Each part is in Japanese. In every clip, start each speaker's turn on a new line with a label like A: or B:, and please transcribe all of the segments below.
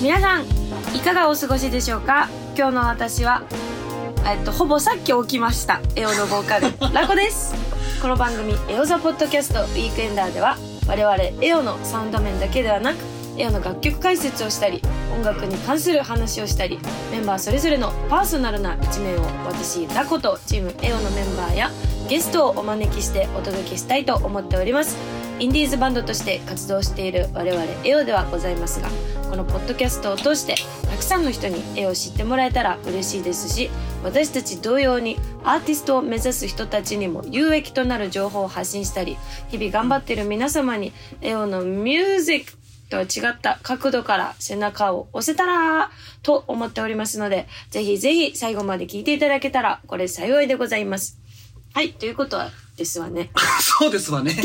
A: 皆さんいかがお過ごしでしょうか今日の私はえっとほぼさっき起きましたエオのボーカルラコですこの番組「エオザポッドキャストウィークエンダー」では我々エオのサウンド面だけではなくエオの楽曲解説をしたり音楽に関する話をしたりメンバーそれぞれのパーソナルな一面を私ラコとチームエオのメンバーやゲストをお招きしてお届けしたいと思っておりますインディーズバンドとして活動している我々エオではございますがこのポッドキャストを通してたくさんの人に絵を知ってもらえたら嬉しいですし私たち同様にアーティストを目指す人たちにも有益となる情報を発信したり日々頑張っている皆様にエオのミュージックとは違った角度から背中を押せたらと思っておりますのでぜひぜひ最後まで聞いていただけたらこれ幸いでございます。はいということはですわね
B: そうです わね。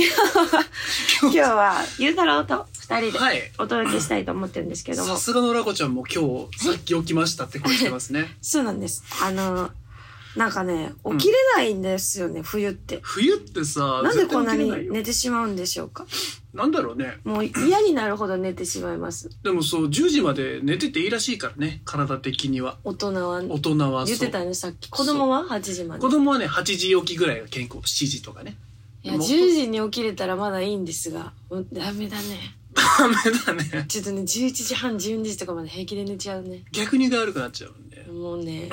A: 今日はゆうたろうと二人で
B: はい。
A: お届けしたいと思ってるんですけども
B: さすがのラコちゃんも今日、さっき起きましたって声してますね。
A: そうなんです。あの、なんかね、起きれないんですよね、冬って。
B: 冬ってさ、
A: なんでこんな
B: 絶対起きれい
A: に
B: よ
A: 寝てしまうんでしょうか。
B: なんだろうね。
A: もう嫌になるほど寝てしまいます。
B: でもそう、10時まで寝てていいらしいからね、体的には。
A: 大人は。
B: 大人は
A: 言っ
B: そ
A: て
B: う。
A: たよね、さっき。子供は8時まで
B: 子。供はね、8時起きぐらいが健康、7時とかね。
A: いや、
B: も
A: 10
B: う
A: 時に起きれたらまだいいんですが、うんダメだね。
B: ダメだね。
A: ちょっとね、11時半、12時とかまで平気で寝ちゃうね。
B: 逆にが悪くなっちゃうんで。
A: もうね、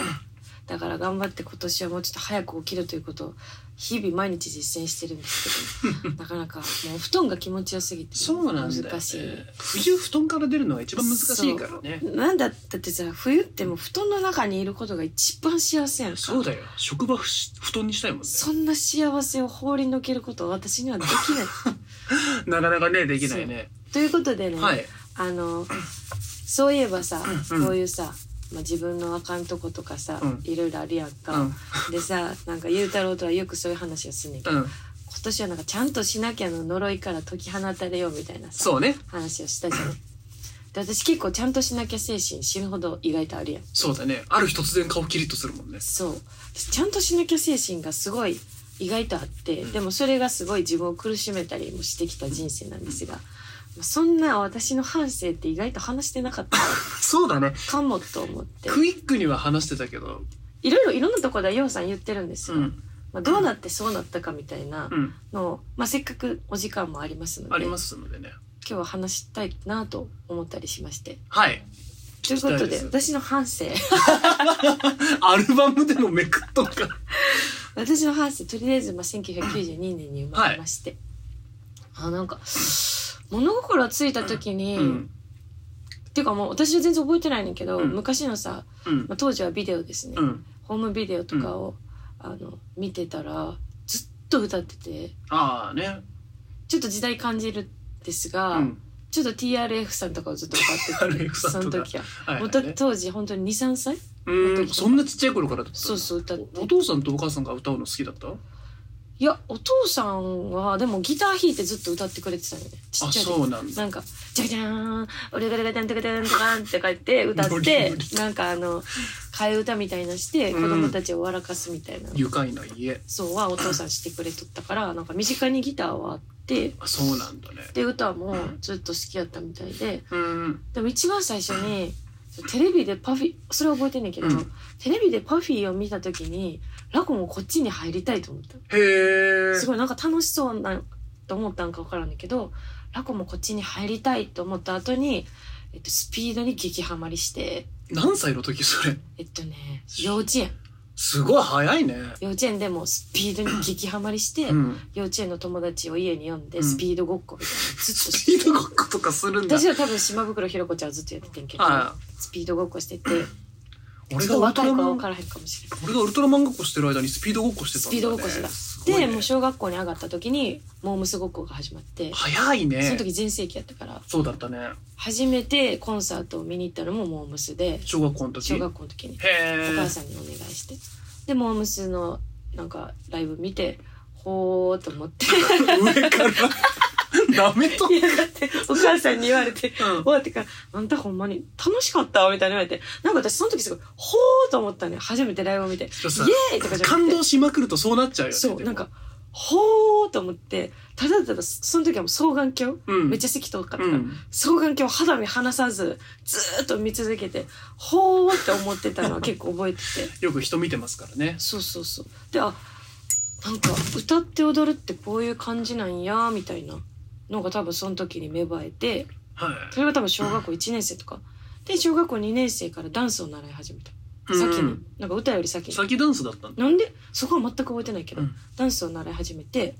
A: だから頑張って今年はもうちょっと早く起きるということを、日々毎日実践してるんですけ ど、なかなかもうお布団が気持ちよすぎて、
B: そうなんだよ、ね。
A: 難しい。
B: 冬布団から出るのが一番難しいからね。
A: なんだだってさ冬ってもう布団の中にいることが一番幸せやんか
B: そうだよ。職場ふし布団にしたいもんね。
A: そんな幸せを放りのけることは私にはでき ない
B: なかなかね、できないね。
A: ということでね、
B: はい。
A: あのそういえばさ、
B: うん
A: こういうさ、まあ、自分のあかんとことかさ、
B: うん
A: いろいろあるやん
B: う
A: か、
B: ん。
A: でさなんか雄太郎とはよくそういう話をすんねんけど
B: うん。
A: 今年はなんかちゃんとしなきゃの呪いから解き放たれようみたいなさ
B: そうね。
A: 話をしたじゃないで私結構ちゃんとしなきゃ精神死ぬほど意外とあるやん
B: そうだね。ある日突然顔キリッとするもんね。
A: そうちゃんとしなきゃ精神がすごい意外とあって、でもそれがすごい自分を苦しめたりもしてきた人生なんですが、まあそんな私の反省って意外と話してなかった
B: そうだね。
A: かもと思って
B: クイックには話してたけど。
A: いろいろいろんなところでようさん言ってるんです
B: う
A: が、
B: ん。
A: まあ、どうなってそうなったかみたいな
B: うん。
A: のを、まあ、せっかくお時間もありますので
B: ありま
A: 今
B: すのでね。
A: 日は話したいなと思ったりしまして
B: はい。
A: というこ
B: 聞
A: と
B: きたいで
A: です私の反 省
B: アルバムでもめくっとくか。
A: 私の反省とりあえずまあ1992年に生まれまして、あなんか物心ついた時に、
B: うん。
A: っていうかもう私は全然覚えてないねんだけど、
B: うん
A: 昔のさ、
B: うん
A: ま。あ、当時はビデオですね、
B: うん。
A: ホームビデオとかを、あの見てたらずっと歌ってて
B: ああね。
A: ちょっと時代感じるんですが、
B: うん。
A: ちょっと TRF さんとかをずっと歌ってて
B: TRF さ
A: そ
B: ん
A: の
B: とか
A: 時は、
B: はい、
A: も
B: は
A: う
B: い
A: だ
B: ね。
A: 当時本当に23歳
B: うん。そんなちっちゃい頃からだったんだ
A: そうそう歌って
B: おお父さんとお母さんが歌うの好きだった
A: いやお父さんはでもギター弾いてずっと歌ってくれてたよねちっ
B: あ、
A: ちゃい時
B: そうなんだ。
A: なんか、じゃじゃーん、俺がガタンタガタンタガンって書いて歌っ
B: ノリ
A: て
B: ノ、リ
A: なんかあの、替え歌みたいなして、子
B: うん
A: 供たちを笑かすみたいな、
B: 愉快な家。
A: そうはお父さんしてくれとったから、なんか身近にギターはあって、
B: あ、そうなんだね。
A: で、歌もずっと好きやったみたいで、
B: うん。
A: でも一番最初に、テレビでパフィ、それは覚えてんねんけど、
B: うん
A: テレビでパフィーを見た時に、ラコもこっちに入りたいと思った。
B: へえ。
A: すごいなんか楽しそうなんと思ったんか分からんだけどラコもこっちに入りたいと思った後に、えっと、スピードに激ハマりして
B: 何歳の時それ。
A: えっとね幼稚園
B: すごい早いね。
A: 幼稚園でもスピードに激ハマりして、
B: うん。
A: 幼稚園の友達を家に呼んで
B: うん
A: スピードごっこみたいなのずっと
B: ス
A: して
B: ピードごっことかするん だ。
A: 私は多分島袋ひろ子ちゃんはずっとやっててんけど
B: あ
A: スピードごっこしてて
B: 俺
A: ちょっ
B: が
A: と
B: ウ
A: 若い
B: ルトラ
A: 子
B: マ
A: は
B: ン
A: 分からへんかもしれない。
B: 俺がウルトラマンごっこしてる間にスピードごっこしてた
A: ス
B: んだ、ね、
A: ピードごっこしてた
B: す
A: で、
B: ごいね
A: もう小学校に上がった時にモームスごっこが始まって、
B: 早い
A: その
B: ね
A: 時全盛期やったから
B: そうだったね
A: 初めてコンサートを見に行ったのもモームスで
B: 小学校の時
A: 小学校の時に
B: へ
A: お
B: え
A: 母さんにお願いしてでモームスのなんかライブ見てほーと思って
B: 上から舐めと
A: いやだってお母さんに言われて
B: うん
A: 終わってから「あんたほんまに楽しかったわ」みたいに言われてなんか私その時すごい「ほー」と思ったね初めてライブを見て「イ
B: ょっとさ
A: エーイ!」とかじゃなくて
B: 感動しまくるとそうなっちゃうよね
A: そうなん
B: か
A: かほーと思って、ただただその時はもう双眼鏡、
B: うん
A: めっちゃ咳遠かったから、
B: うん
A: 双眼鏡を肌身離さず、ずーっと見続けて、ほーって思ってたのは結構覚 えてて。
B: よく人見てますからね
A: そうそうそうであなんか歌って踊るってこういう感じなんやみたいなのが多分その時に芽生えて
B: はい
A: それが多分小学校1年生とかで小学校2年生からダンスを習い始めた先に、
B: うん
A: なんか歌より先に
B: 先ダンスだったんだ
A: なんでそこは全く覚えてないけど、
B: うん
A: ダンスを習い始めて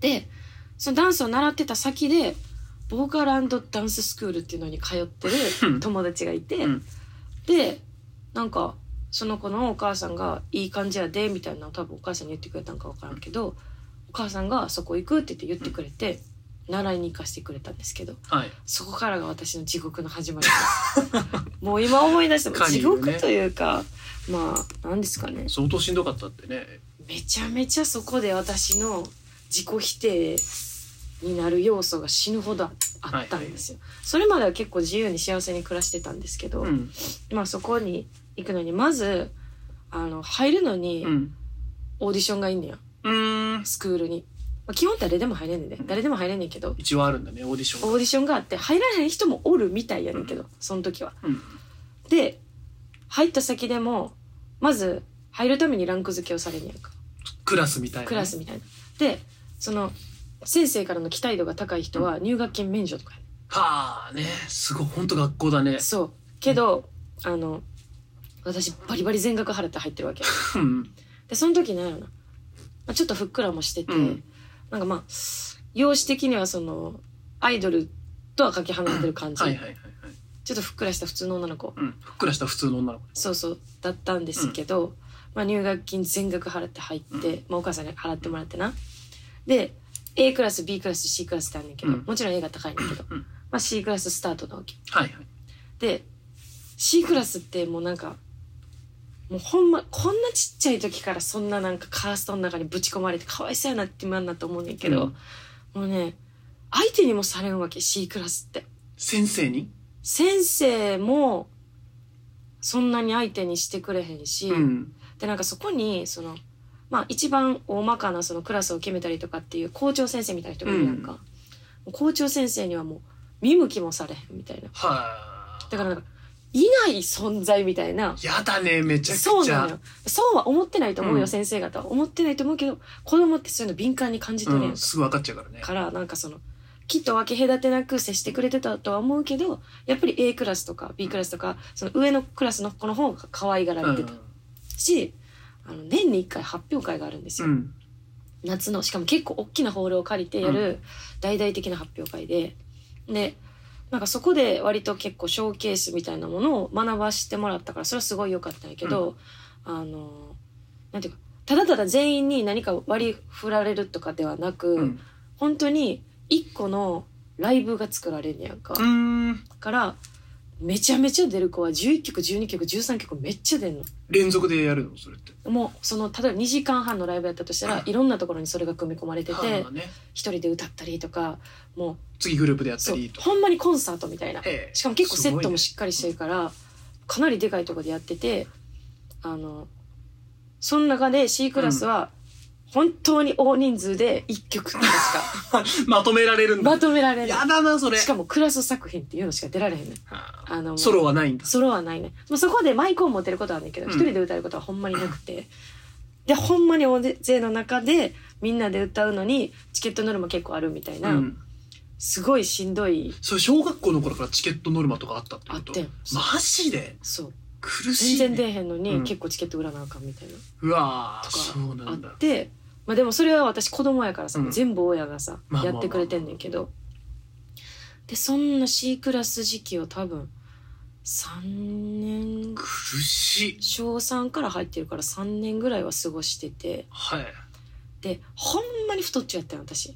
A: でそのダンスを習ってた先でボーカルダンススクールっていうのに通って
B: うん
A: る友達がいて、
B: うん
A: でなんかその子のお母さんが「いい感じやで」みたいなのを多分お母さんに言ってくれたんか分からんけどお母さんが「そこ行く」って言って言ってくれて習いに行かせてくれたんですけど
B: はい
A: そこからが私の地獄の始まりです もう今思い出しても
B: カリ
A: 地
B: ブね
A: 獄というかまあ何ですかね
B: 相当しんどかったってね
A: めちゃめちゃそこで私の自己否定になる要素が死ぬほどあったんですよ、それまでは結構自由に幸せに暮らしてたんですけど、
B: うん
A: まあそこに行くのにまずあの入るのに
B: うん
A: オーディションがいんねや、
B: うーん
A: スクールに、まあ、基本誰でも入れんねんで、
B: ん
A: 誰でも入れんねんけど
B: 一応あるんだねオーディション
A: オーディションがあって入らへん人もおるみたいやねんけど、その時は
B: うん
A: で入った先でもまず入るためにランク付けをされんねやんか
B: クラスみたいなね
A: クラスみたいなでその先生からの期待度が高い人は入学金免除とかやね
B: はあねすごい本当学校だね
A: そうけどあの私バリバリ全額払って入ってるわけ
B: うん
A: でその時なんやろな、まあ、ちょっとふっくらもしてて、
B: うん
A: なんかまあ容姿的にはそのアイドルとはかけ離れてる感じ、
B: はいはいはいはい
A: ちょっとふっくらした普通の女の子
B: うんふっくらした普通の女の子
A: そうそうだったんですけど、まあ、入学金全額払って入って、まあ、お母さんに払ってもらってなで A クラス B クラス C クラスってあんねんけど、
B: うん
A: もちろん A が高いんだけど、
B: うん
A: まあ、C クラススタートなわけ
B: はいはい
A: で C クラスってもうなんかもうほんまこんなちっちゃい時からそんななんかカーストの中にぶち込まれてかわいそうやなって今になと思うねんけど、もうね相手にもされんわけ C クラスって
B: 先生に
A: 先生もそんなに相手にしてくれへんし、
B: うん
A: でなんかそこにそのまあ一番大まかなそのクラスを決めたりとかっていう校長先生みたいな人がいるやんか、もう校長先生にはもう見向きもされへんみたいな
B: はあ
A: だからなんかいない存在みたいな
B: やだねめちゃくちゃ
A: そうなのよそうは思ってないと思うよ、
B: うん
A: 先生方は思ってないと思うけど子供ってそういうの敏感に感じ取れ
B: う
A: る
B: ん、すぐ分かっちゃうからね
A: からなんかそのきっと分け隔てなく接してくれてたとは思うけどやっぱり A クラスとか B クラスとかその上のクラスの子の方が可愛がられてたし、あの年に1回発表会があるんです
B: う
A: よ、
B: ん
A: 夏のしかも結構大きなホールを借りてやる大々的な発表会ででなんかそこで割と結構ショーケースみたいなものを学ばしてもらったからそれはすごい良かったんやけど、あのなんていうかただただ全員に何か割り振られるとかではなく、
B: うん
A: 本当に一個のライブが作られんねやんか、
B: うーん
A: からめちゃめちゃ出る子は11曲12曲13曲めっちゃ出んの。
B: 連続でやるのそれって
A: もうその例えば2時間半のライブやったとしたらいろんなところにそれが組み込まれてて
B: はあね
A: 一人で歌ったりとかもう
B: 次グループでやった
A: そう
B: りとか
A: ほんまにコンサートみたいな
B: へえ
A: しかも結構セットも
B: す
A: しっかりしてるから、かなりでかいとこでやっててあのその中で C クラスは本当に大人数で1曲とか し
B: ごいねまとめられるん
A: か
B: だ
A: まとめられな
B: や
A: い
B: だなそれ
A: しかもクラス作品っていうのしか出られへんねん
B: はあ
A: あの
B: ソロはないんだ
A: ソロはないね、まあ、そこでマイクを持てることはないけど
B: うん
A: 一、人で歌うことはほんまになくてでほんまに大勢の中でみんなで歌うのにチケットノルマ結構あるみたいな、
B: うん
A: すごいしんどい
B: それ小学校の頃からチケットノルマとかあったって
A: あ
B: こ
A: っ
B: と
A: てん
B: マジで
A: そう
B: 苦しい
A: 全
B: ね
A: 然出えへんのに、
B: うん
A: 結構チケット売らなあかんみたいな
B: うわー
A: とか
B: そうな
A: あ
B: んだ
A: って、まあ、でもそれは私子供やからさ、
B: うん
A: 全部親がさ、
B: まあまあまあ
A: やってくれてんねんけどでそんな C クラス時期を多分3年
B: 苦しい
A: 小3から入ってるから3年ぐらいは過ごしてて。
B: はい
A: でほんまに太っちゃったよ私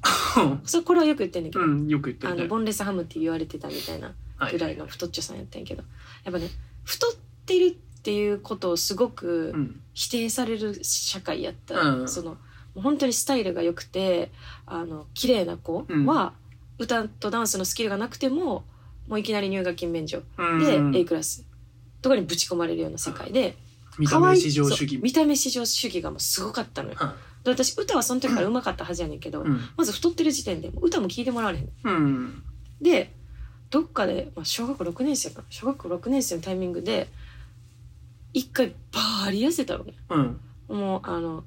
A: それこれはよく言ってんだけど、
B: うんよく言って
A: あ
B: る
A: の
B: ね
A: ボンレスハムって言われてたみたいな
B: はい
A: ぐらいの太っちょさんやったんやけどやっぱね太ってるっていうことをすご
B: う
A: く
B: ん
A: 否定される社会やった、
B: うん
A: そのもう本当にスタイルが良くてあの綺麗な子
B: うん
A: は歌とダンスのスキルがなくてももういきなり入学金免除
B: うん
A: で、A クラスとかにぶち込まれるような世界で、
B: 見た
A: 可愛
B: 目
A: い
B: 至上主義
A: そう見た目至上主義がもうすごかったのよ
B: は
A: で私歌はその時からうまかったはずやねんけど、
B: いうん
A: まず太ってる時点でもう歌も聴いてもらわれへん
B: うん
A: でどっかで、まあ、小学校6年生かな小学校6年生のタイミングで一回バーリ痩せたのね
B: うん
A: もうあの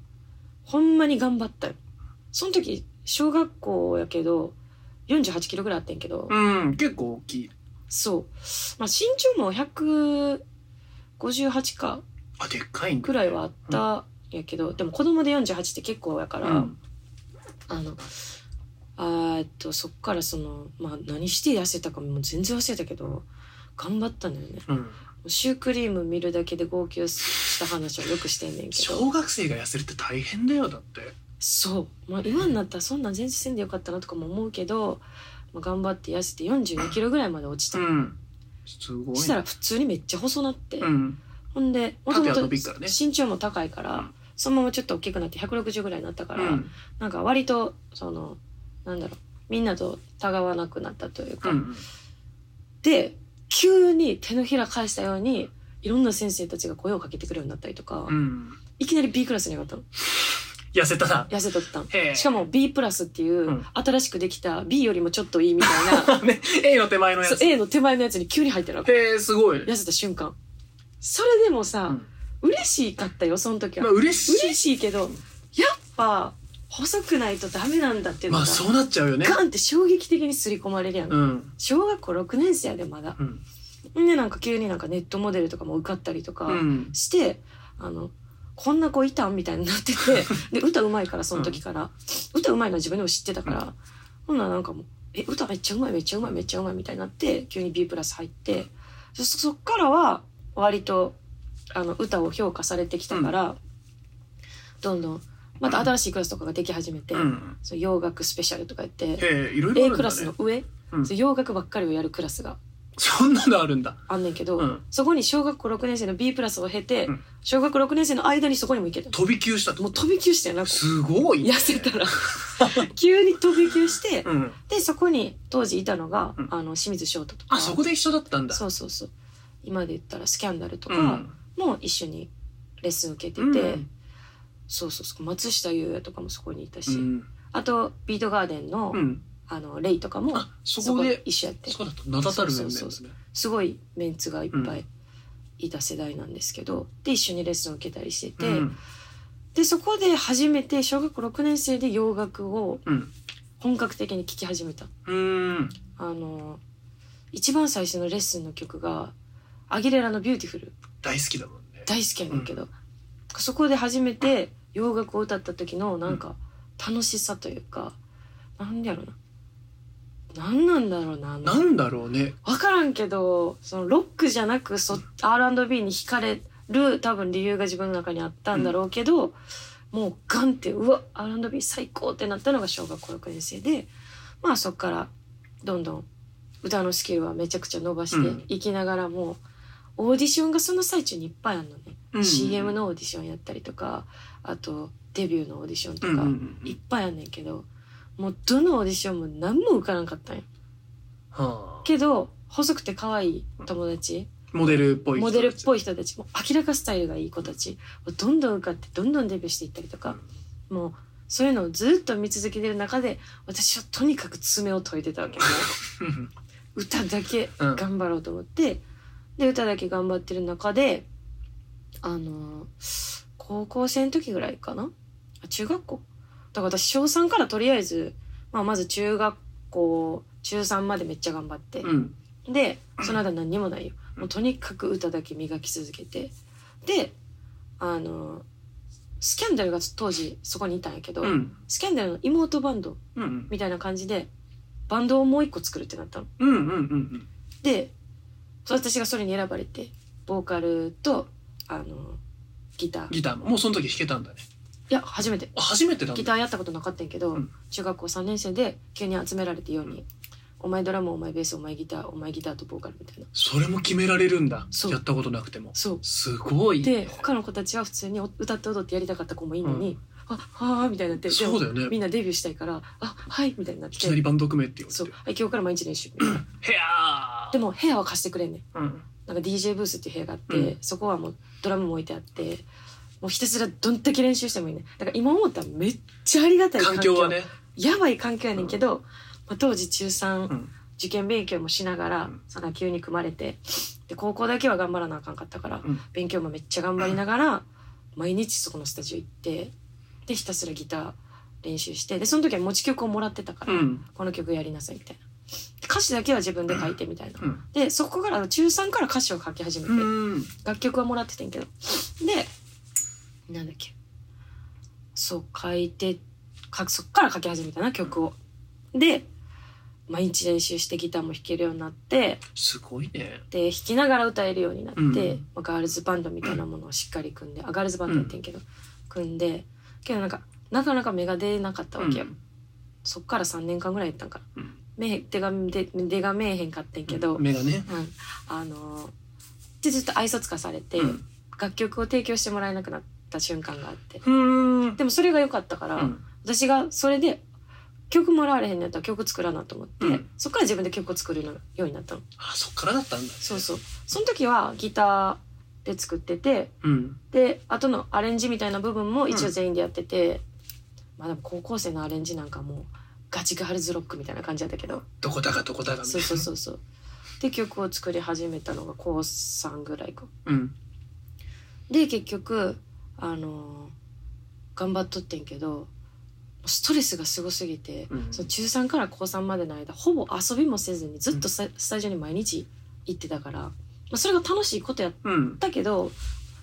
A: ほんまに頑張ったよその時小学校やけど48キロぐらいあってんけど、
B: うん結構大きい
A: そうまあ身長も158か
B: あでっかいんだ
A: くらいはあったんやけど、でも子供で48って結構やから、
B: うん
A: あのあーえっとそっからそのまあ何して痩せたかも全然忘れたけど頑張ったんだよね
B: うん
A: シュークリーム見るだけで号泣した話をよくしてんねんけど
B: 小学生が痩せるって大変だよだって
A: そう、まあ、今になったらそんなん全然せんでよかったなとかも思うけど、まあ、頑張って痩せて4 2キロぐらいまで落ちた、
B: うんすごい
A: そしたら普通にめっちゃ細なって、
B: うん
A: ほんでもとも
B: 縦は
A: と
B: 伸びっからね
A: 身長も高いから、
B: うん
A: そのままちょっと大きくなって160ぐらいになったから、
B: うん
A: なんか割とそのなんだろうみんなとたがわなくなったというか、
B: うん
A: で急に手のひら返したようにいろんな先生たちが声をかけてくるようになったりとか、
B: うん
A: いきなり B クラスに上がったの
B: 痩せたな
A: 痩せとったん
B: へえ
A: しかも B プラスっていう、
B: うん
A: 新しくできた B よりもちょっといいみたいな
B: ね A の手前の や
A: そう
B: つ
A: A の手前のやつに急に入ってるわけ
B: へえすごいね
A: 痩せた瞬間それでも
B: う
A: さ、
B: ん
A: 嬉しかったよその時は、
B: まあ嬉し
A: 嬉しいけどやっぱ細くないとダメなんだってい
B: いう
A: の
B: ま
A: が、
B: あそうなっちゃうよね
A: ガンって衝撃的に刷り込まれるやん、
B: うん
A: 小学校6年生やでまだ
B: うん
A: でなんか急になんかネットモデルとかも受かったりとか
B: うん
A: して、あのこんな子いたんみたいにな っててで歌うまいからその時から、歌うまいのは自分でも知ってたから、ほんならなんかもう「え歌めっちゃうまいめっちゃうまいめっちゃうまい」みたいになって急に B プラス入ってそそっからは割とあの歌を評価されてきたから、どんどんまた新しいクラスとかができ始めて、
B: うん
A: そう洋楽スペシャルとかやって。
B: へえいろいろあ
A: A
B: るん
A: クラ
B: だ
A: ス
B: ね
A: の上、
B: うん
A: そう洋楽ばっかりをやるクラスが
B: そんなのあるんだ
A: あんねんけど、
B: うん
A: そこに小学校6年生の B プラスを経て、
B: うん
A: 小学6年生の間にそこにも行けた
B: 飛び級したと
A: もう飛び級してんなこ
B: すご
A: う
B: い
A: 痩せたら 急に飛び級して、
B: うん
A: でそこに当時いたのが、
B: うん
A: あの清水翔太とか
B: あそこで一緒だったんだ
A: そうそうそう今で言ったらスキャンダルと
B: う
A: か
B: ん
A: も一緒にレッスン受けてて、
B: うん
A: そうそうそう松下優也とかもそこにいた
B: う
A: し、
B: ん
A: あとビートガーデンの,、
B: うん
A: あのレイとかも
B: あそこで
A: 一緒やって
B: そうだった名だたる面々
A: そう
B: で
A: そ
B: すね
A: すごいメンツがいっぱいいた世代なんですけど、で一緒にレッスンを受けたりしてて、
B: うん
A: でそこで初めて小学校6年生で洋楽を
B: うん
A: 本格的に聴き始めた
B: うん
A: あの一番最初のレッスンの曲が「アギレラのビューティフル
B: 大好きだもんね」
A: 大好きやねんけど、そこで初めて洋楽を歌った時のなんか楽しさというか、なんやろな何なんだろうなあの
B: なんだろうね
A: 分からんけどそのロックじゃなくそ R&B に惹かれる多分理由が自分の中にあったんだろうけど、もうガンってうわ R&B 最高ってなったのが小学校6年生でまあそっからどんどん歌のスキルはめちゃくちゃ伸ばしていきながらも、オーディションがその最中にいっぱいあるのね、
B: うん
A: CM のオーディションやったりとかあとデビューのオーディションと
B: う
A: か、
B: んうんうん
A: いっぱいあんねんけどもうどのオーディションも何も受からんかったんよ。
B: はあ
A: けど細くて可愛い友達
B: モデルっぽい
A: モデルっ
B: い
A: ぽい人たちもう明らかスタイルがいい子たちをどんどん受かってどんどんデビューしていったりとかもうそういうのをずっと見続けてる中で私はとにかく爪を研いでたわ けもう歌だけ頑張ろうと思ってで歌だけ頑張ってる中であのー高校生の時ぐらいかなあ中学校だから私小3からとりあえず、まあ、まず中学校中3までめっちゃ頑張って。
B: うん
A: でその間何にもないよもうとにかく歌だけ磨き続けてであのスキャンダルが当時そこにいたんやけど、
B: うん
A: スキャンダルの妹バンド
B: うん
A: みたいな感じでバンドをもう一個作るってなったの
B: うんうんうん
A: で私がそれに選ばれてボーカルとあのギターい
B: ギターももうその時弾けたんだね
A: や初めて
B: あ初めてなんだ
A: ギターやったことなかったんやけど、
B: うん
A: 中学校3年生で急に集められてように、お前ドラムお前ベースお前ギターお前ギターとボーカルみたいな
B: それも決められるんだ
A: そう
B: やったことなくても
A: そう
B: すごい
A: で
B: ね
A: 他の子たちは普通に歌って踊ってやりたかった子もいいのに、あはあみたいになってで
B: そうだよね
A: みんなデビューしたいからあはいみたいになっ
B: い
A: て
B: きなりバンド組めって言わ
A: そう
B: れて
A: はい今日から毎日練習
B: へやー
A: でも部屋は貸してくれんねん
B: うん
A: なんか DJ ブースっていう部屋があって、
B: うん
A: そこはもうドラムも置いてあってもうひたすらどんだけ練習してもいいねだから今思ったらめっちゃありがたい環
B: 環
A: 境
B: 境はね
A: やばい環境やねんけど、まあ、当時中3、
B: うん
A: 受験勉強もしながら、
B: うん
A: その急に組まれてで高校だけは頑張らなあかんかったから、
B: うん
A: 勉強もめっちゃ頑張りながら、毎日そこのスタジオ行ってでひたすらギター練習してでその時は持ち曲をもらってたから、
B: うん
A: この曲やりなさいみたいなで歌詞だけは自分で書いてみたいな、
B: うん
A: でそこから中3から歌詞を書き始めて、
B: うん
A: 楽曲はもらっててんけどでなんだっけそう書いてかそっから書き始めたな曲をで毎日練習してギターも弾けるようになって
B: すごいね
A: で弾きながら歌えるようになって、
B: うん
A: まあ、ガールズバンドみたいなものをしっかり組んであガールズバンドやってんけど、組んでけどなんかなかなか芽が出なかったわけよ、
B: うん
A: そっから3年間ぐらいやったんかな
B: うん
A: 目手がで出が見えへんかってんけど、
B: 目がね
A: うん、あのーでずっと愛想つかされて、
B: うん
A: 楽曲を提供してもらえなくなった瞬間があって
B: うん
A: でもそれが良かったから、
B: うん
A: 私がそれで曲もらわれへんのやったら曲作らなと思って、
B: うん
A: そっから自分で曲を作るようになったの
B: あそっからだったんだ
A: そうそうその時はギターで作ってて
B: うん
A: で後のアレンジみたいな部分も一
B: う
A: 応
B: ん
A: 全員でやってて、まあでも高校生のアレンジなんかもうガチガールズロックみたいな感じだったけど
B: どこだかどこだかみた
A: そ
B: いうな
A: そうそうそうで曲を作り始めたのが高3ぐらいか
B: うん
A: で結局あのー頑張っとってんけどストレスがすごすぎて、
B: うん
A: その中3から高3までの間ほぼ遊びもせずにずっとスタスタジオに毎日行ってたから、まあ、それが楽しいことやっ
B: うん
A: たけど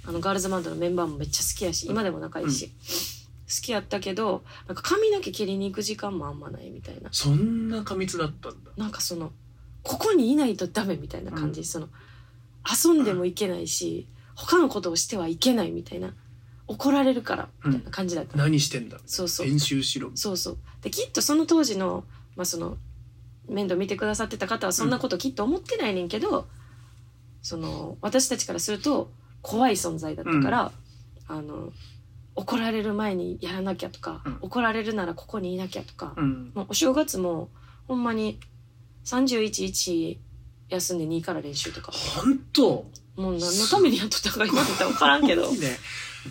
A: あのガールズバンドのメンバーもめっちゃ好きやし今でも仲いいし、好きやったけどなんか髪の毛切りに行く時間もあんまないみたいな
B: そんな過密だったんだ
A: なんかそのここにいないとダメみたいな感じ、その遊んでもいけないし他のことをしてはいけないみたいな怒られるからみたいな感じだった、
B: 何してんだ
A: そうそう
B: 練習しろ
A: そうそうできっとその当時の,、まあ、その面倒見てくださってた方はそんなこときっと思ってないねんけど、その私たちからすると怖い存在だったから、あの怒られる前にやらなきゃとか、
B: うん
A: 怒られるならここにいなきゃとか、
B: うん
A: もうお正月もほんまに311休んで2から練習とか
B: 本当
A: もう何のためにやっとったか今見たら分からんけど
B: いいね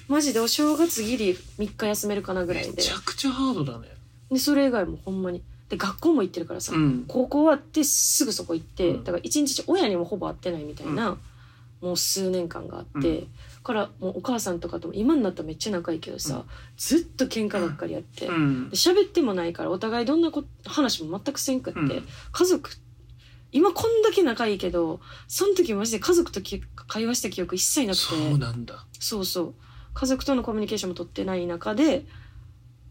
A: マジでお正月ギリ3日休めるかなぐら
B: め
A: いで
B: ちゃくちゃハードだね
A: でそれ以外もほんまにで学校も行ってるからさ、
B: うん
A: 高校終わってすぐそこ行って、
B: うん
A: だから一日親にもほぼ会ってないみたいな、もう数年間があって、
B: う
A: からもうお母さんとかとも今になったらめっちゃ仲いいけどさ、ずっと喧嘩ばっかりやって、
B: うん
A: で喋ってもないからお互いどんなこ話も全くせんくって、
B: うん
A: 家族今こんだけ仲いいけどその時マジで家族とき会話した記憶一切なくて
B: そうなんだ
A: そうそう家族とのコミュニケーションも取ってない中で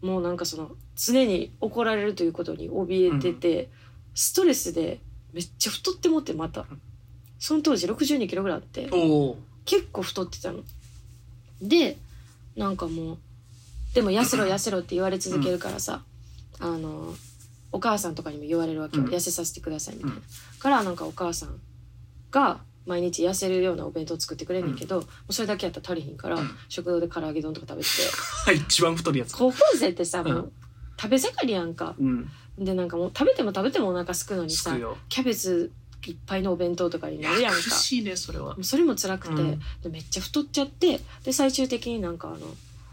A: もうなんかその常に怒られるということに怯えてて、ストレスでめっちゃ太ってもってまたその当時6 2キロぐらいあって
B: おお
A: 結構太ってたのでなんかもうでも痩せろ痩せろって言われ続けるからさ、あのお母さんとかにも言われるわけよ、
B: うん
A: 痩せさせてくださいみたいな、
B: うん
A: からなんかお母さんが毎日痩せるようなお弁当作ってくれんねんけど、もうそれだけやったら足りひんから、
B: うん
A: 食堂で唐揚げ丼とか食べて て
B: 一番太るやつ
A: 高校生ってさ、も
B: う
A: う食べ盛りやんか
B: うん
A: でなんかもう食べても食べてもお腹すくのに
B: つ
A: さ
B: くよ
A: キャベツいっぱいのお弁当とかに
B: い
A: な
B: や
A: るやんか
B: 苦しいねそれは
A: もうそれも辛くて、
B: うん
A: でめっちゃ太っちゃってで最終的になんかあの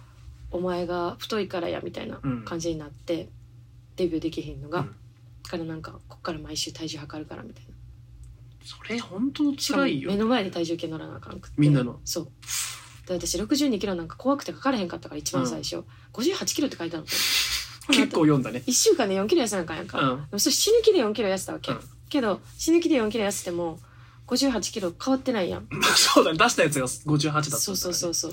A: 「お前が太いからや」みたいな
B: うん
A: 感じになって、デビューできへんのが、
B: うん
A: だからなんかこっから毎週体重測るからみたいな
B: それ本当
A: しかも
B: 辛いよ
A: 目の前で体重計乗らなあかんくて
B: みんなの
A: そうで私6 2キロなんか怖くてかからへんかったから一番最初、5 8キロって書いてあるの
B: 結構読んだね
A: 1週間で4キロ痩せなあかんやん
B: う
A: か、
B: ん
A: でもそれ死ぬ気で4キロ痩せたわけ、
B: うん
A: けど死ぬ気で4キロ痩せても5 8キロ変わってないやん
B: そうだね出したやつが58だったんだからね
A: そうそうそうそう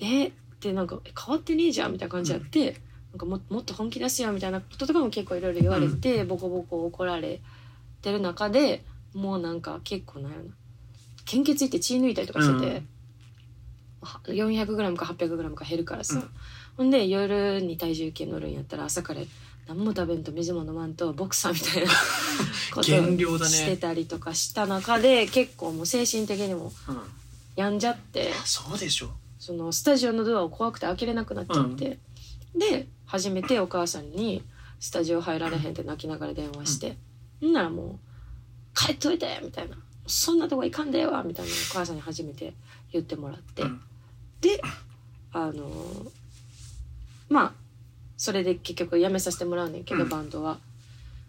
A: えーってなんかえ変わってねえじゃんみたいな感じやって、なんかももっと本気出すよみたいなこととかも結構いろいろ言われて、ボコボコ怒られてる中でもうなんか結構なんやろな献血行って血抜いたりとかしてて、は 400g か 800g か減るからさ、
B: うん
A: ほんで夜に体重計乗るんやったら朝から何も食べんと水も飲まんとボクサーみたい なこと
B: 減量だね
A: してたりとかした中で結構もう精神的にも
B: うん
A: 病んじゃって。
B: そうでしょ
A: そのスタジオのドアを怖くて開けれなくなっちゃって、で初めてお母さんに「スタジオ入られへん」って泣きながら電話して、ん、ならもう「帰っといて!」みたいな「そんなとこ行かんでええわみたいなのを母さんに初めて言ってもらって、
B: うん
A: であのまあそれで結局辞めさせてもらうねんけど、
B: うん
A: バンドは、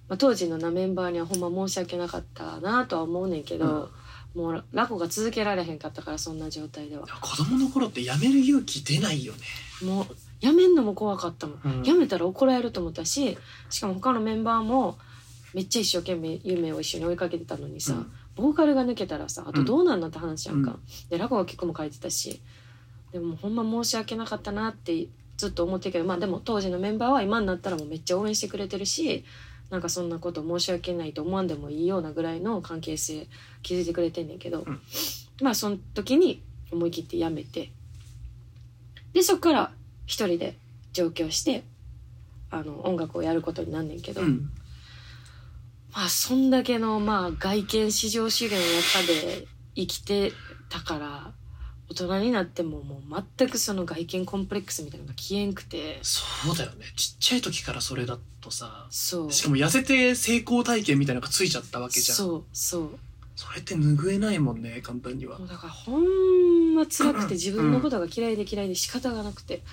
A: まあ、当時のなメンバーにはほんま申し訳なかったなとは思うねんけど、もうラコが続けられへんかったからそんな状態では
B: 子供の頃ってやめる勇気出ないよね
A: もう辞めんのも怖かったもん
B: うん
A: 辞めたら怒られると思ったししかも他のメンバーもめっちゃ一生懸命夢を一緒に追いかけてたのにさ、
B: うん
A: ボーカルが抜けたらさあとどうなんなんて話やんか、
B: うん
A: でラコが曲も書いてたしでもほんま申し訳なかったなってずっと思ってるけどまあでも当時のメンバーは今になったらもうめっちゃ応援してくれてるしなんかそんなこと申し訳ないと思わんでもいいようなぐらいの関係性築いてくれてんねんけど、
B: うん
A: まあその時に思い切って辞めてでそっから一人で上京してあの音楽をやることになんねんけど、
B: うん
A: まあそんだけのまあ外見至上主義の中で生きてたから大人になってももう全くその外見コンプレックスみたいなのが消えんくて
B: そうだよねちっちゃい時からそれだとさ
A: そう
B: しかも痩せて成功体験みたいなのがついちゃったわけじゃん
A: そうそう
B: それって拭えないもんね簡単には
A: もうだからほんま辛くて自分のことが嫌いで嫌いで仕方がなくて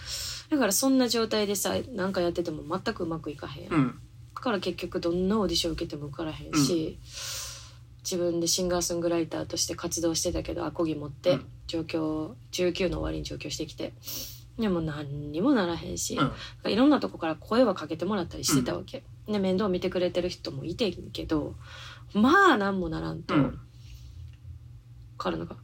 A: だからそんな状態でさ何かやってても全くうまくいかへん、
B: う
A: だか
B: ん
A: ら結局どんなオーディション受けても受からへんし、自分でシンガーソングライターとして活動してたけどアコギ持っ
B: う
A: て
B: ん
A: 上京19の終わりに上京してきてでも何にもならへんし、
B: うん
A: いろんなとこから声はかけてもらったりしてたわけ、で面倒見てくれてる人もいてんけどまあ何もならんと、
B: うん
A: からなんか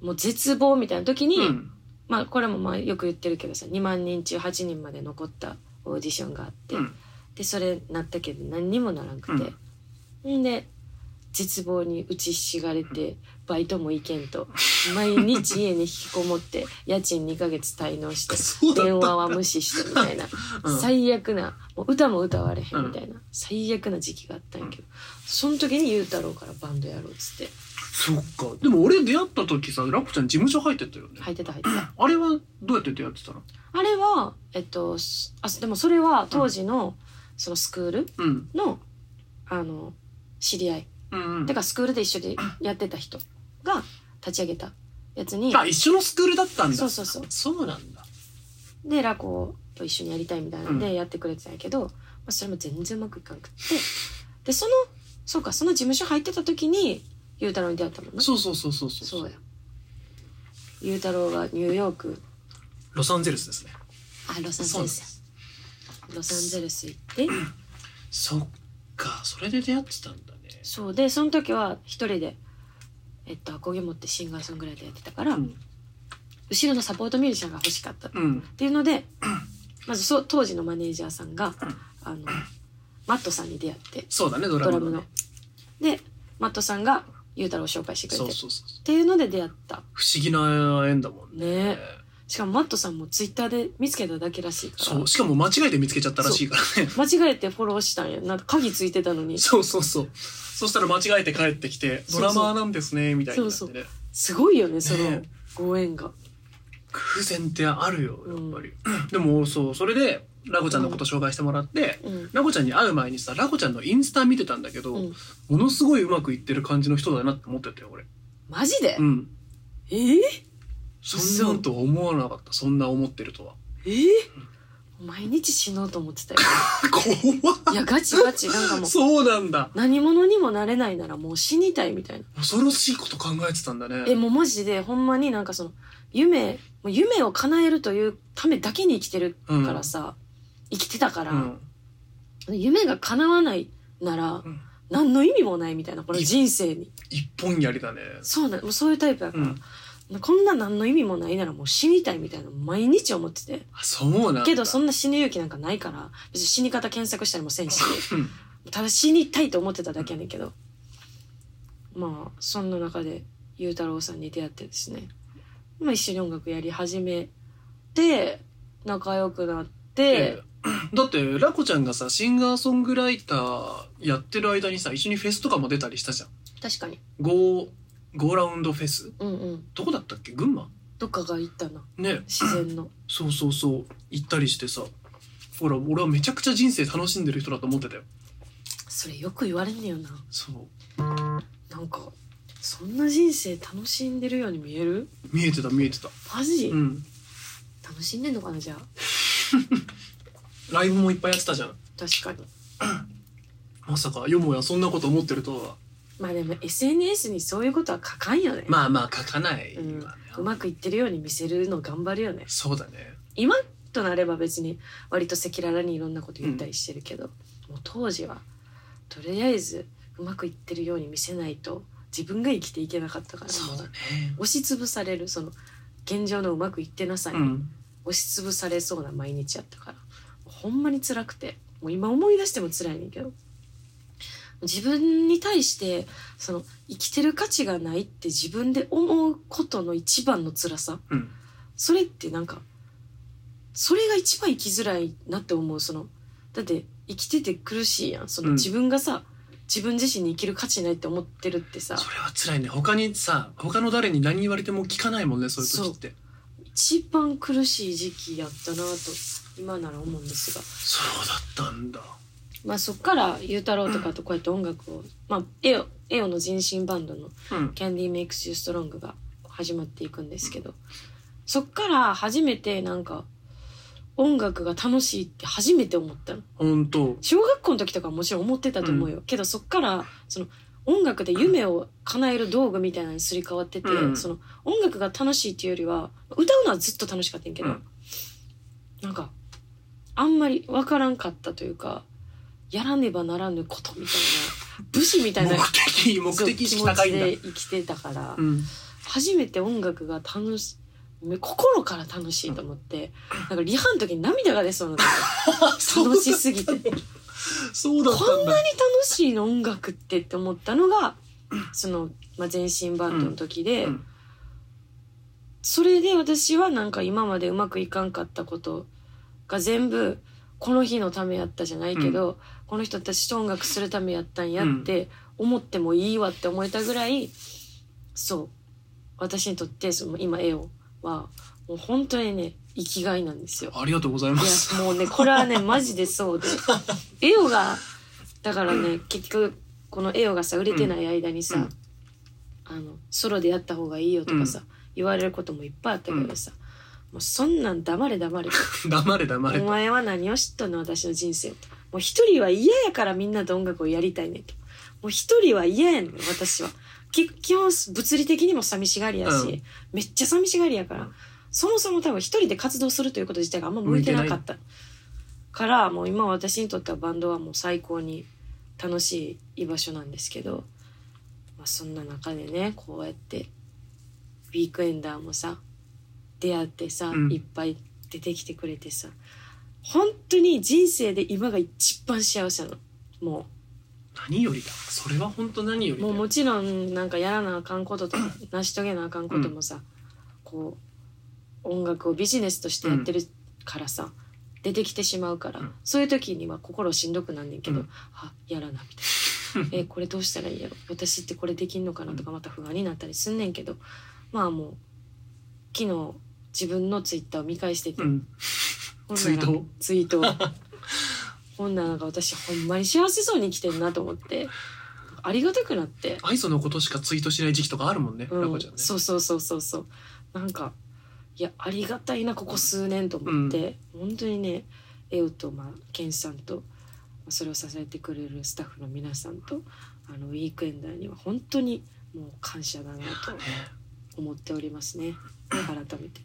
A: もう絶望みたいな時に、
B: うん
A: まあこれもまあよく言ってるけどさ2万人中8人まで残ったオーディションがあって、
B: うん
A: でそれなったけど何にもならんくて、んで絶望に打ちひしがれてバイトも行けん と毎日家に引きこもって家賃2ヶ月滞納して
B: そうだった
A: 電話は無視してみたいな
B: うん
A: 最悪なもう歌も歌われへんみたいな、最悪な時期があったんやけど、その時に雄太郎からバンドやろうっつって
B: そっかでも俺出会った時さラッコちゃん事務所入ってたよね、
A: 入ってた入ってた
B: あれはどうやって出会ってたの
A: あれはえっとすあでもそれは当時の、そのスクール
B: うん
A: のあの知り合い
B: うんうん
A: だからスクールで一緒でやってた人が立ち上げたやつに
B: あ一緒のスクールだったんだ
A: そうそうそう
B: そうなんだ
A: でラコと一緒にやりたいみたいなんでやってくれてたんやけど、まあ、それも全然うまくいかなくってでそのそうかその事務所入ってた時に雄太郎に出会ったもんな
B: そうそうそうそうそう
A: そうや雄太郎がニューヨーク
B: ロサンゼルスですね
A: あロサンゼ
B: そう
A: ル
B: です
A: スロサンゼルス行って
B: そっかそれで出会ってたんだね
A: そうでその時は一人でえっとアコギ持ってシンガーソングライターやってたから、
B: うん
A: 後ろのサポートミュージシャンが欲しかった
B: うん
A: っていうので まずそう当時のマネージャーさんが、あのマットさんに出会って
B: そうだねド
A: ド
B: ラ
A: ラ
B: ムの
A: ムの
B: ね。
A: でマットさんが雄太郎を紹介してくれて
B: そうそうそう
A: っていうので出会った
B: 不思議な縁だもんね
A: ねしかもマットさんもツイッターで見つけただけらしいから
B: そうしかも間違えて見つけちゃったらしいからね
A: 間違えてフォローしたんやなんか鍵ついてたのに
B: そうそうそうそしたら間違えて帰ってきて
A: そ
B: ド
A: うそう
B: ラマーなんですねみたいになって
A: そうそ
B: ね
A: すごいよねその
B: ね
A: ご縁が、
B: 偶然ってあるよやっぱり、でもそうそれでラコちゃんのこと紹介してもらって、
A: うん
B: ラコちゃんに会う前にさラコちゃんのインスタ見てたんだけど、
A: うん
B: ものすごいうまくいってる感じの人だなって思ってたよ俺
A: マジで、
B: うん
A: えー、
B: そんなんとは思わなかったそんな思ってる とは
A: えー毎日死のうと思ってたよ
B: 怖っ
A: いやガチガチなんかもう
B: そうなんだ
A: 何者にもなれないならもう死にたいみたいな
B: 恐ろしいこと考えてたんだね
A: えもうマジでほんまになんかその夢もう夢を叶えるというためだけに生きてるからさ、生きてたから、
B: うん
A: 夢が叶わないなら
B: うん
A: 何の意味もないみたいなこの人生に
B: 一本やりだね
A: そうなもうそういうタイプだか
B: う
A: ら、
B: ん
A: こんな何の意味もないならもう死にたいみたいなの毎日思ってて
B: あそうなんだ
A: けどそんな死ぬ勇気なんかないから別に死に方検索したりもせんし
B: うん
A: ただ死にたいと思ってただけやねんけどまあそんな中で裕太郎さんに出会ってですね、まあ、一緒に音楽やり始めて仲良くなって
B: え、えだってラコちゃんがさシンガーソングライターやってる間にさ一緒にフェスとかも出たりしたじゃん
A: 確かに
B: ゴーゴーラウンドフェス
A: うんうん
B: どこだったっけ群馬
A: どっかが行ったな
B: ね
A: 自然の
B: そうそうそう行ったりしてさほら俺はめちゃくちゃ人生楽しんでる人だと思ってたよ
A: それよく言われんねよな
B: そう
A: なんかそんな人生楽しんでるように見える
B: 見えてた見えてた
A: マジ、
B: うん
A: 楽しんでんのかなじゃあ
B: ライブもいっぱいやってたじゃん
A: 確かに
B: まさかよもやそんなこと思ってるとは
A: まあでも SNS にそういうことは書かんよね、
B: まあまあ書かない、
A: うん
B: まあね
A: うまくいってるように見せるの頑張るよね
B: そうだね
A: 今となれば別に割と赤裸々にいろんなこと言ったりしてるけど、もう当時はとりあえずうまくいってるように見せないと自分が生きていけなかったから
B: そうだね
A: 押しつぶされるその現状のうまくいってなさい、
B: うん
A: 押しつぶされそうな毎日やったからほんまに辛くてもう今思い出しても辛いねんけど自分に対してその生きてる価値がないって自分で思うことの一番の辛さ
B: うん
A: それってなんかそれが一番生きづらいなって思うそのだって生きてて苦しいやんその
B: うん
A: 自分がさ、自分自身に生きる価値ないって思ってるってさ
B: それは辛いね他にさ他の誰に何言われても聞かないもんねそういう時って
A: 一番苦しい時期やったなと今なら思うんですが
B: そうだったんだ
A: まあそっからゆうたろうとかとこうやって音楽を、まあ、エオエオの人身バンドの
B: うん
A: 「Candy Makes You Strong」が始まっていくんですけどそっから初めてなんか音楽が楽しいって初めて思ったの
B: 本当
A: 小学校の時とかはもちろん思ってたと思うよ、けどそっからその音楽で夢を叶える道具みたいなのにすり替わってて、
B: うん
A: その音楽が楽しいっていうよりは歌うのはずっと楽しかったんやけど、
B: うん
A: なんかあんまり分からんかったというかやらねばならぬことみたいな武士みたい
B: 目
A: な
B: 的目的意識
A: そう
B: 高い
A: 気
B: ん
A: 持
B: だ
A: ちで生きてたから、
B: うん
A: 初めて音楽が楽し心から楽しいと思って、なんかリハの時に涙が出そうになっ
B: あ
A: た楽し
B: そう
A: すぎて。
B: そうだった
A: こん
B: ん
A: な
B: だ
A: に楽しいの音楽ってって思ったのがその、まあ、全身バンドの時で、
B: うんうん
A: それで私はなんか今までうまくいかんかったことが全部この日のためやったじゃないけど、この人たちと音楽するためやったんやって思ってもいいわって思えたぐらいそう私にとってその今絵をはもう本当にね生きがいなんですよ。
B: ありがとうございま
A: い
B: す
A: やもうねこれは ねマジでそうでエオがだからね結局このエオがさ売れてない間にさ、
B: うん
A: あのソロでやった方がいいよとかさ、言われることもいっぱいあったけどさ、もうそんなん黙れ黙れ
B: 黙れ黙れ
A: お前は何を知っとんの私の人生ともう一人は嫌やからみんなと音楽をやりたいねんともう一人は嫌やねん私はき基本物理的にも寂しがりやし、
B: うん
A: めっちゃ寂しがりやから、
B: うん
A: そもそも多分一人で活動するということ自体があんま向いてなかったからもう今私にとってはバンドはもう最高に楽しい居場所なんですけど、まあ、そんな中でねこうやってウィークエンダーもさ出会ってさ、
B: うん
A: いっぱい出てきてくれてさ本当に人生で今が一番幸せなのも
B: 何よりだそれは本当何よ
A: う
B: りだ
A: もう
B: よ
A: もちろんなんかやらなあかんこととか成し遂げなあかんこともさ、こう音楽をビジネスとしてやってるからさ、出てきてしまうから、
B: うん
A: そういう時には心しんどくなんねんけど、
B: うん
A: あやらなみたい なえこれどうしたらいいやろ私ってこれできんのかなとかまた不安になったりすんねんけどまあもう昨日自分のツイッターを見返してて、
B: うん
A: ほんな
B: ツイ
A: ら
B: ートを
A: ツイー トをほんならなんか私ほんまに幸せそうに生きてんなと思ってありがたくなって、
B: 愛想のことしかツイートしない時期とかあるもんね、
A: う
B: ラ
A: ん
B: コちゃんね
A: そうそうそうそうそうなんかいやありがたいなここ数年と思って、本当にねエオと、まあ、ケンさんとまあそれを支えてくれるスタッフの皆さんとあのウィークエンダーには本当にもう感謝だなと
B: ね
A: 思っておりますね改めて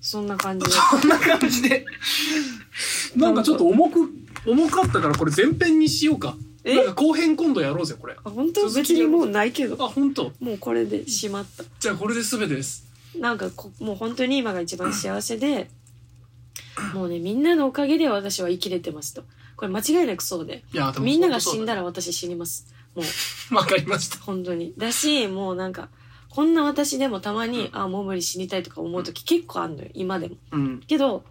A: そんな感じで
B: こんな感じで なんかちょっと重く重かったからこれ前編にしようか
A: え
B: なんか後編今度やろうぜこれ
A: あ本当別にもうないけど
B: あ本当
A: もうこれでしまった
B: じゃあこれで全てです
A: なんかこもう本当に今が一番幸せでもうねみんなのおかげで私は生きれてますとこれ間違いなくそうで
B: いやでも
A: みんなが死ん
B: だ
A: だら私死にますもう
B: わかりました
A: 本当にだしもうなんかこんな私でもたまに、あもう無理死にたいとか思う時結構あんのよ今でも
B: うん
A: けど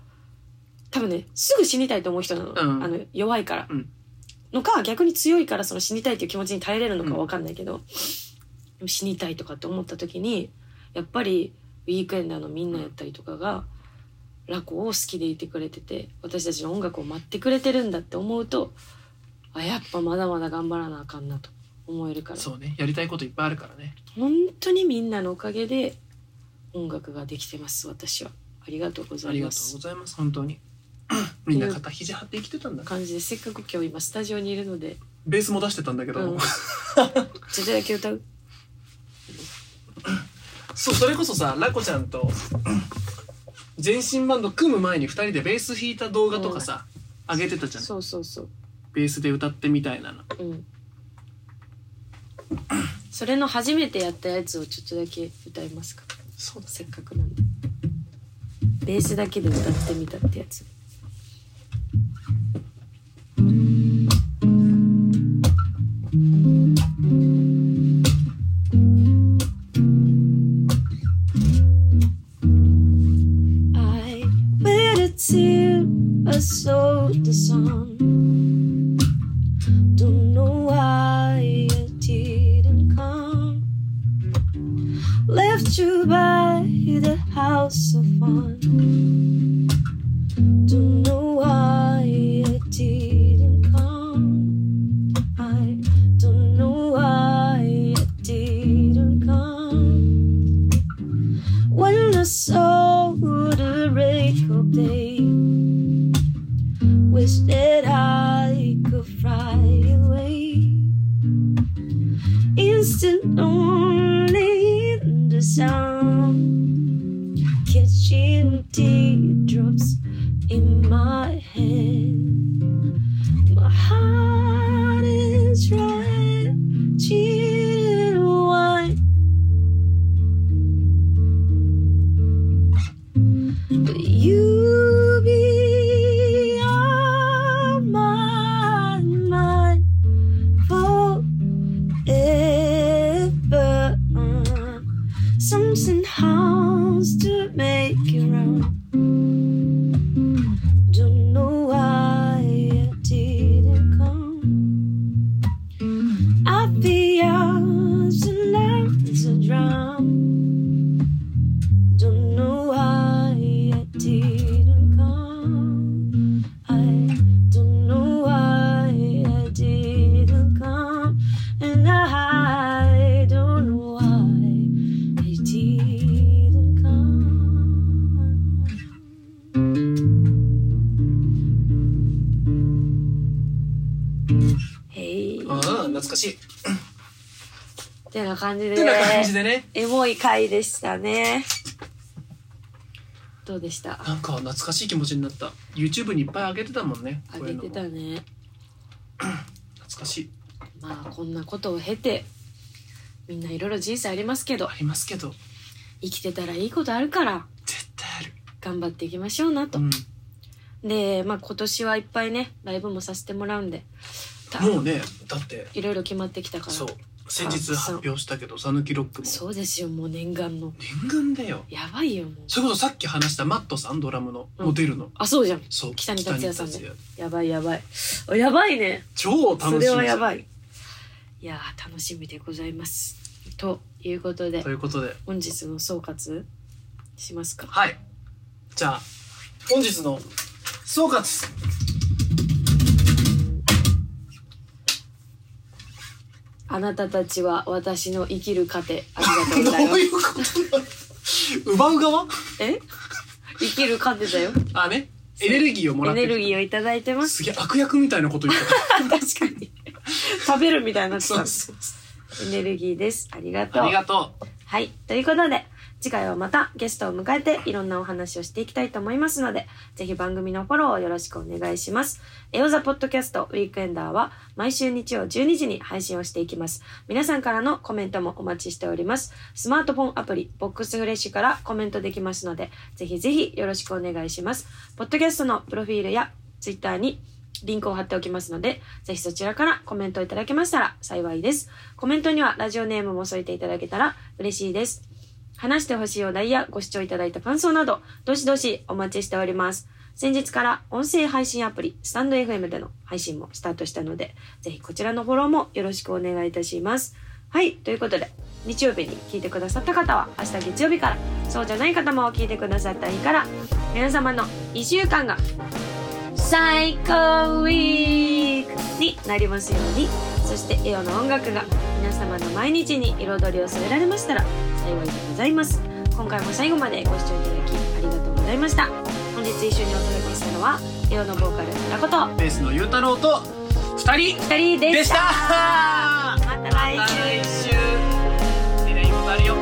A: 多分ねすぐ死にたいと思う人なの,、
B: うん
A: あの弱いから、
B: うん
A: のか逆に強いからその死にたいという気持ちに耐えれるのかわかんないけど、でも死にたいとかって思った時にやっぱりウィークエンダーのみんなやったりとかが、ラコを好きでいてくれてて私たちの音楽を待ってくれてるんだって思うとあやっぱまだまだ頑張らなあかんなと思えるから
B: そうねやりたいこといっぱいあるからね
A: 本当にみんなのおかげで音楽ができてます私はありがとうござ
B: あ
A: い
B: りが
A: ま
B: とう
A: す
B: ございます本当に みんな肩肘張って生きてたんだ
A: 感じでせっかく今日今スタジオにいるので
B: ベースも出してたんだけど、
A: うんちょっとだけ歌う
B: そうそれこそさラコちゃんと全身バンド組む前に2人でベース弾いた動画とかさ上げてたじゃん
A: そうそうそう
B: ベースで歌ってみたいなの
A: うんそれの初めてやったやつをちょっとだけ歌いますか
B: そうだ
A: せっかくなんでベースだけで歌ってみたってやつI waited till I saw the sun Don't know why it didn't come left you by the house of fun. Don't know why it didn't come. I don't know why it didn't come. When I saw the break of day, wish that I could fly away instant only in the sound catching teardrops in my hand my heart is red cheated wine but you be on my mind for ever on. Something has to make it wrong. Don't know why it didn't come. I feel the nerves are drowned. Don't know why it didn't come. I don't know why it didn't come. And I don't know why I didn't come. へい。
B: ああ懐かしい
A: てな感じで
B: てな感じでね
A: エモい回でしたね。どうでした
B: なんか懐かしい気持ちになった YouTube にいっぱい上げてたもんね
A: あげ
B: こうい
A: て
B: うの
A: た
B: も
A: ね。
B: 懐かしい
A: まあこんなことを経て、みんないろいろ人生ありますけど
B: あ、りますけど
A: 生きてたらいいことあるから、
B: 絶対ある
A: 頑張っていきましょうなと
B: う。ん
A: で、まあ、今年はいっぱいねライブもさせてもらうんでた
B: もうねだって
A: いろいろ決まってきたから
B: そう先日発表したけど「さぬきロックも」
A: そうですよもう念願の
B: 念願だよ
A: やばいよもう
B: それこそさっき話したマットさんドラムの
A: うん
B: モデルの、
A: あそうじゃん
B: そう
A: 北に達也さんね
B: 北に
A: やばいやばいあやばいね
B: 超楽し
A: そ
B: み
A: れはやばいいやー楽しみでございますということで
B: ということで
A: 本日の総括しますか
B: はいじゃあ本日の総括
A: あなたたちは私の生きる糧ありがと
B: ど
A: うございま
B: うい
A: す
B: うことなの奪う側
A: え生きる糧だよ
B: あねエネルギーをもら
A: エ
B: って
A: ネ
B: る
A: ルギーをいただいてます
B: すげえ悪役みたいなこと言ってた
A: 確か に食べるみたいになってた
B: そうそうそ
A: エネルギーですありが
B: う
A: とう
B: ありがとう
A: はいということで次回はまたゲストを迎えていろんなお話をしていきたいと思いますのでぜひ番組のフォローをよろしくお願いしますエオザポッドキャストウィークエンダーは毎週日曜12時に配信をしていきます皆さんからのコメントもお待ちしておりますスマートフォンアプリボックスフレッシュからコメントできますのでぜひぜひよろしくお願いしますポッドキャストのプロフィールやツイッターにリンクを貼っておきますので、ぜひそちらからコメントいただけましたら幸いです。コメントにはラジオネームも添えていただけたら嬉しいです。話してほしいお題やご視聴いただいた感想など、どしどしお待ちしております。先日から音声配信アプリ、スタンド FM での配信もスタートしたので、ぜひこちらのフォローもよろしくお願いいたします。はい、ということで、日曜日に聞いてくださった方は明日月曜日から、そうじゃない方も聞いてくださった日から、皆様の1週間が最高ウィークになりますようにそしてエオの音楽が皆様の毎日に彩りを添えられましたら幸いでございます今回も最後までご視聴いただきありがとうございました本日一緒にお届けしたのはエオのボーカルラコと
B: ベースのゆうたろうと二人
A: 2人で
B: で
A: し
B: したた
A: また来
B: また
A: 週
B: 来週えらいことあるよ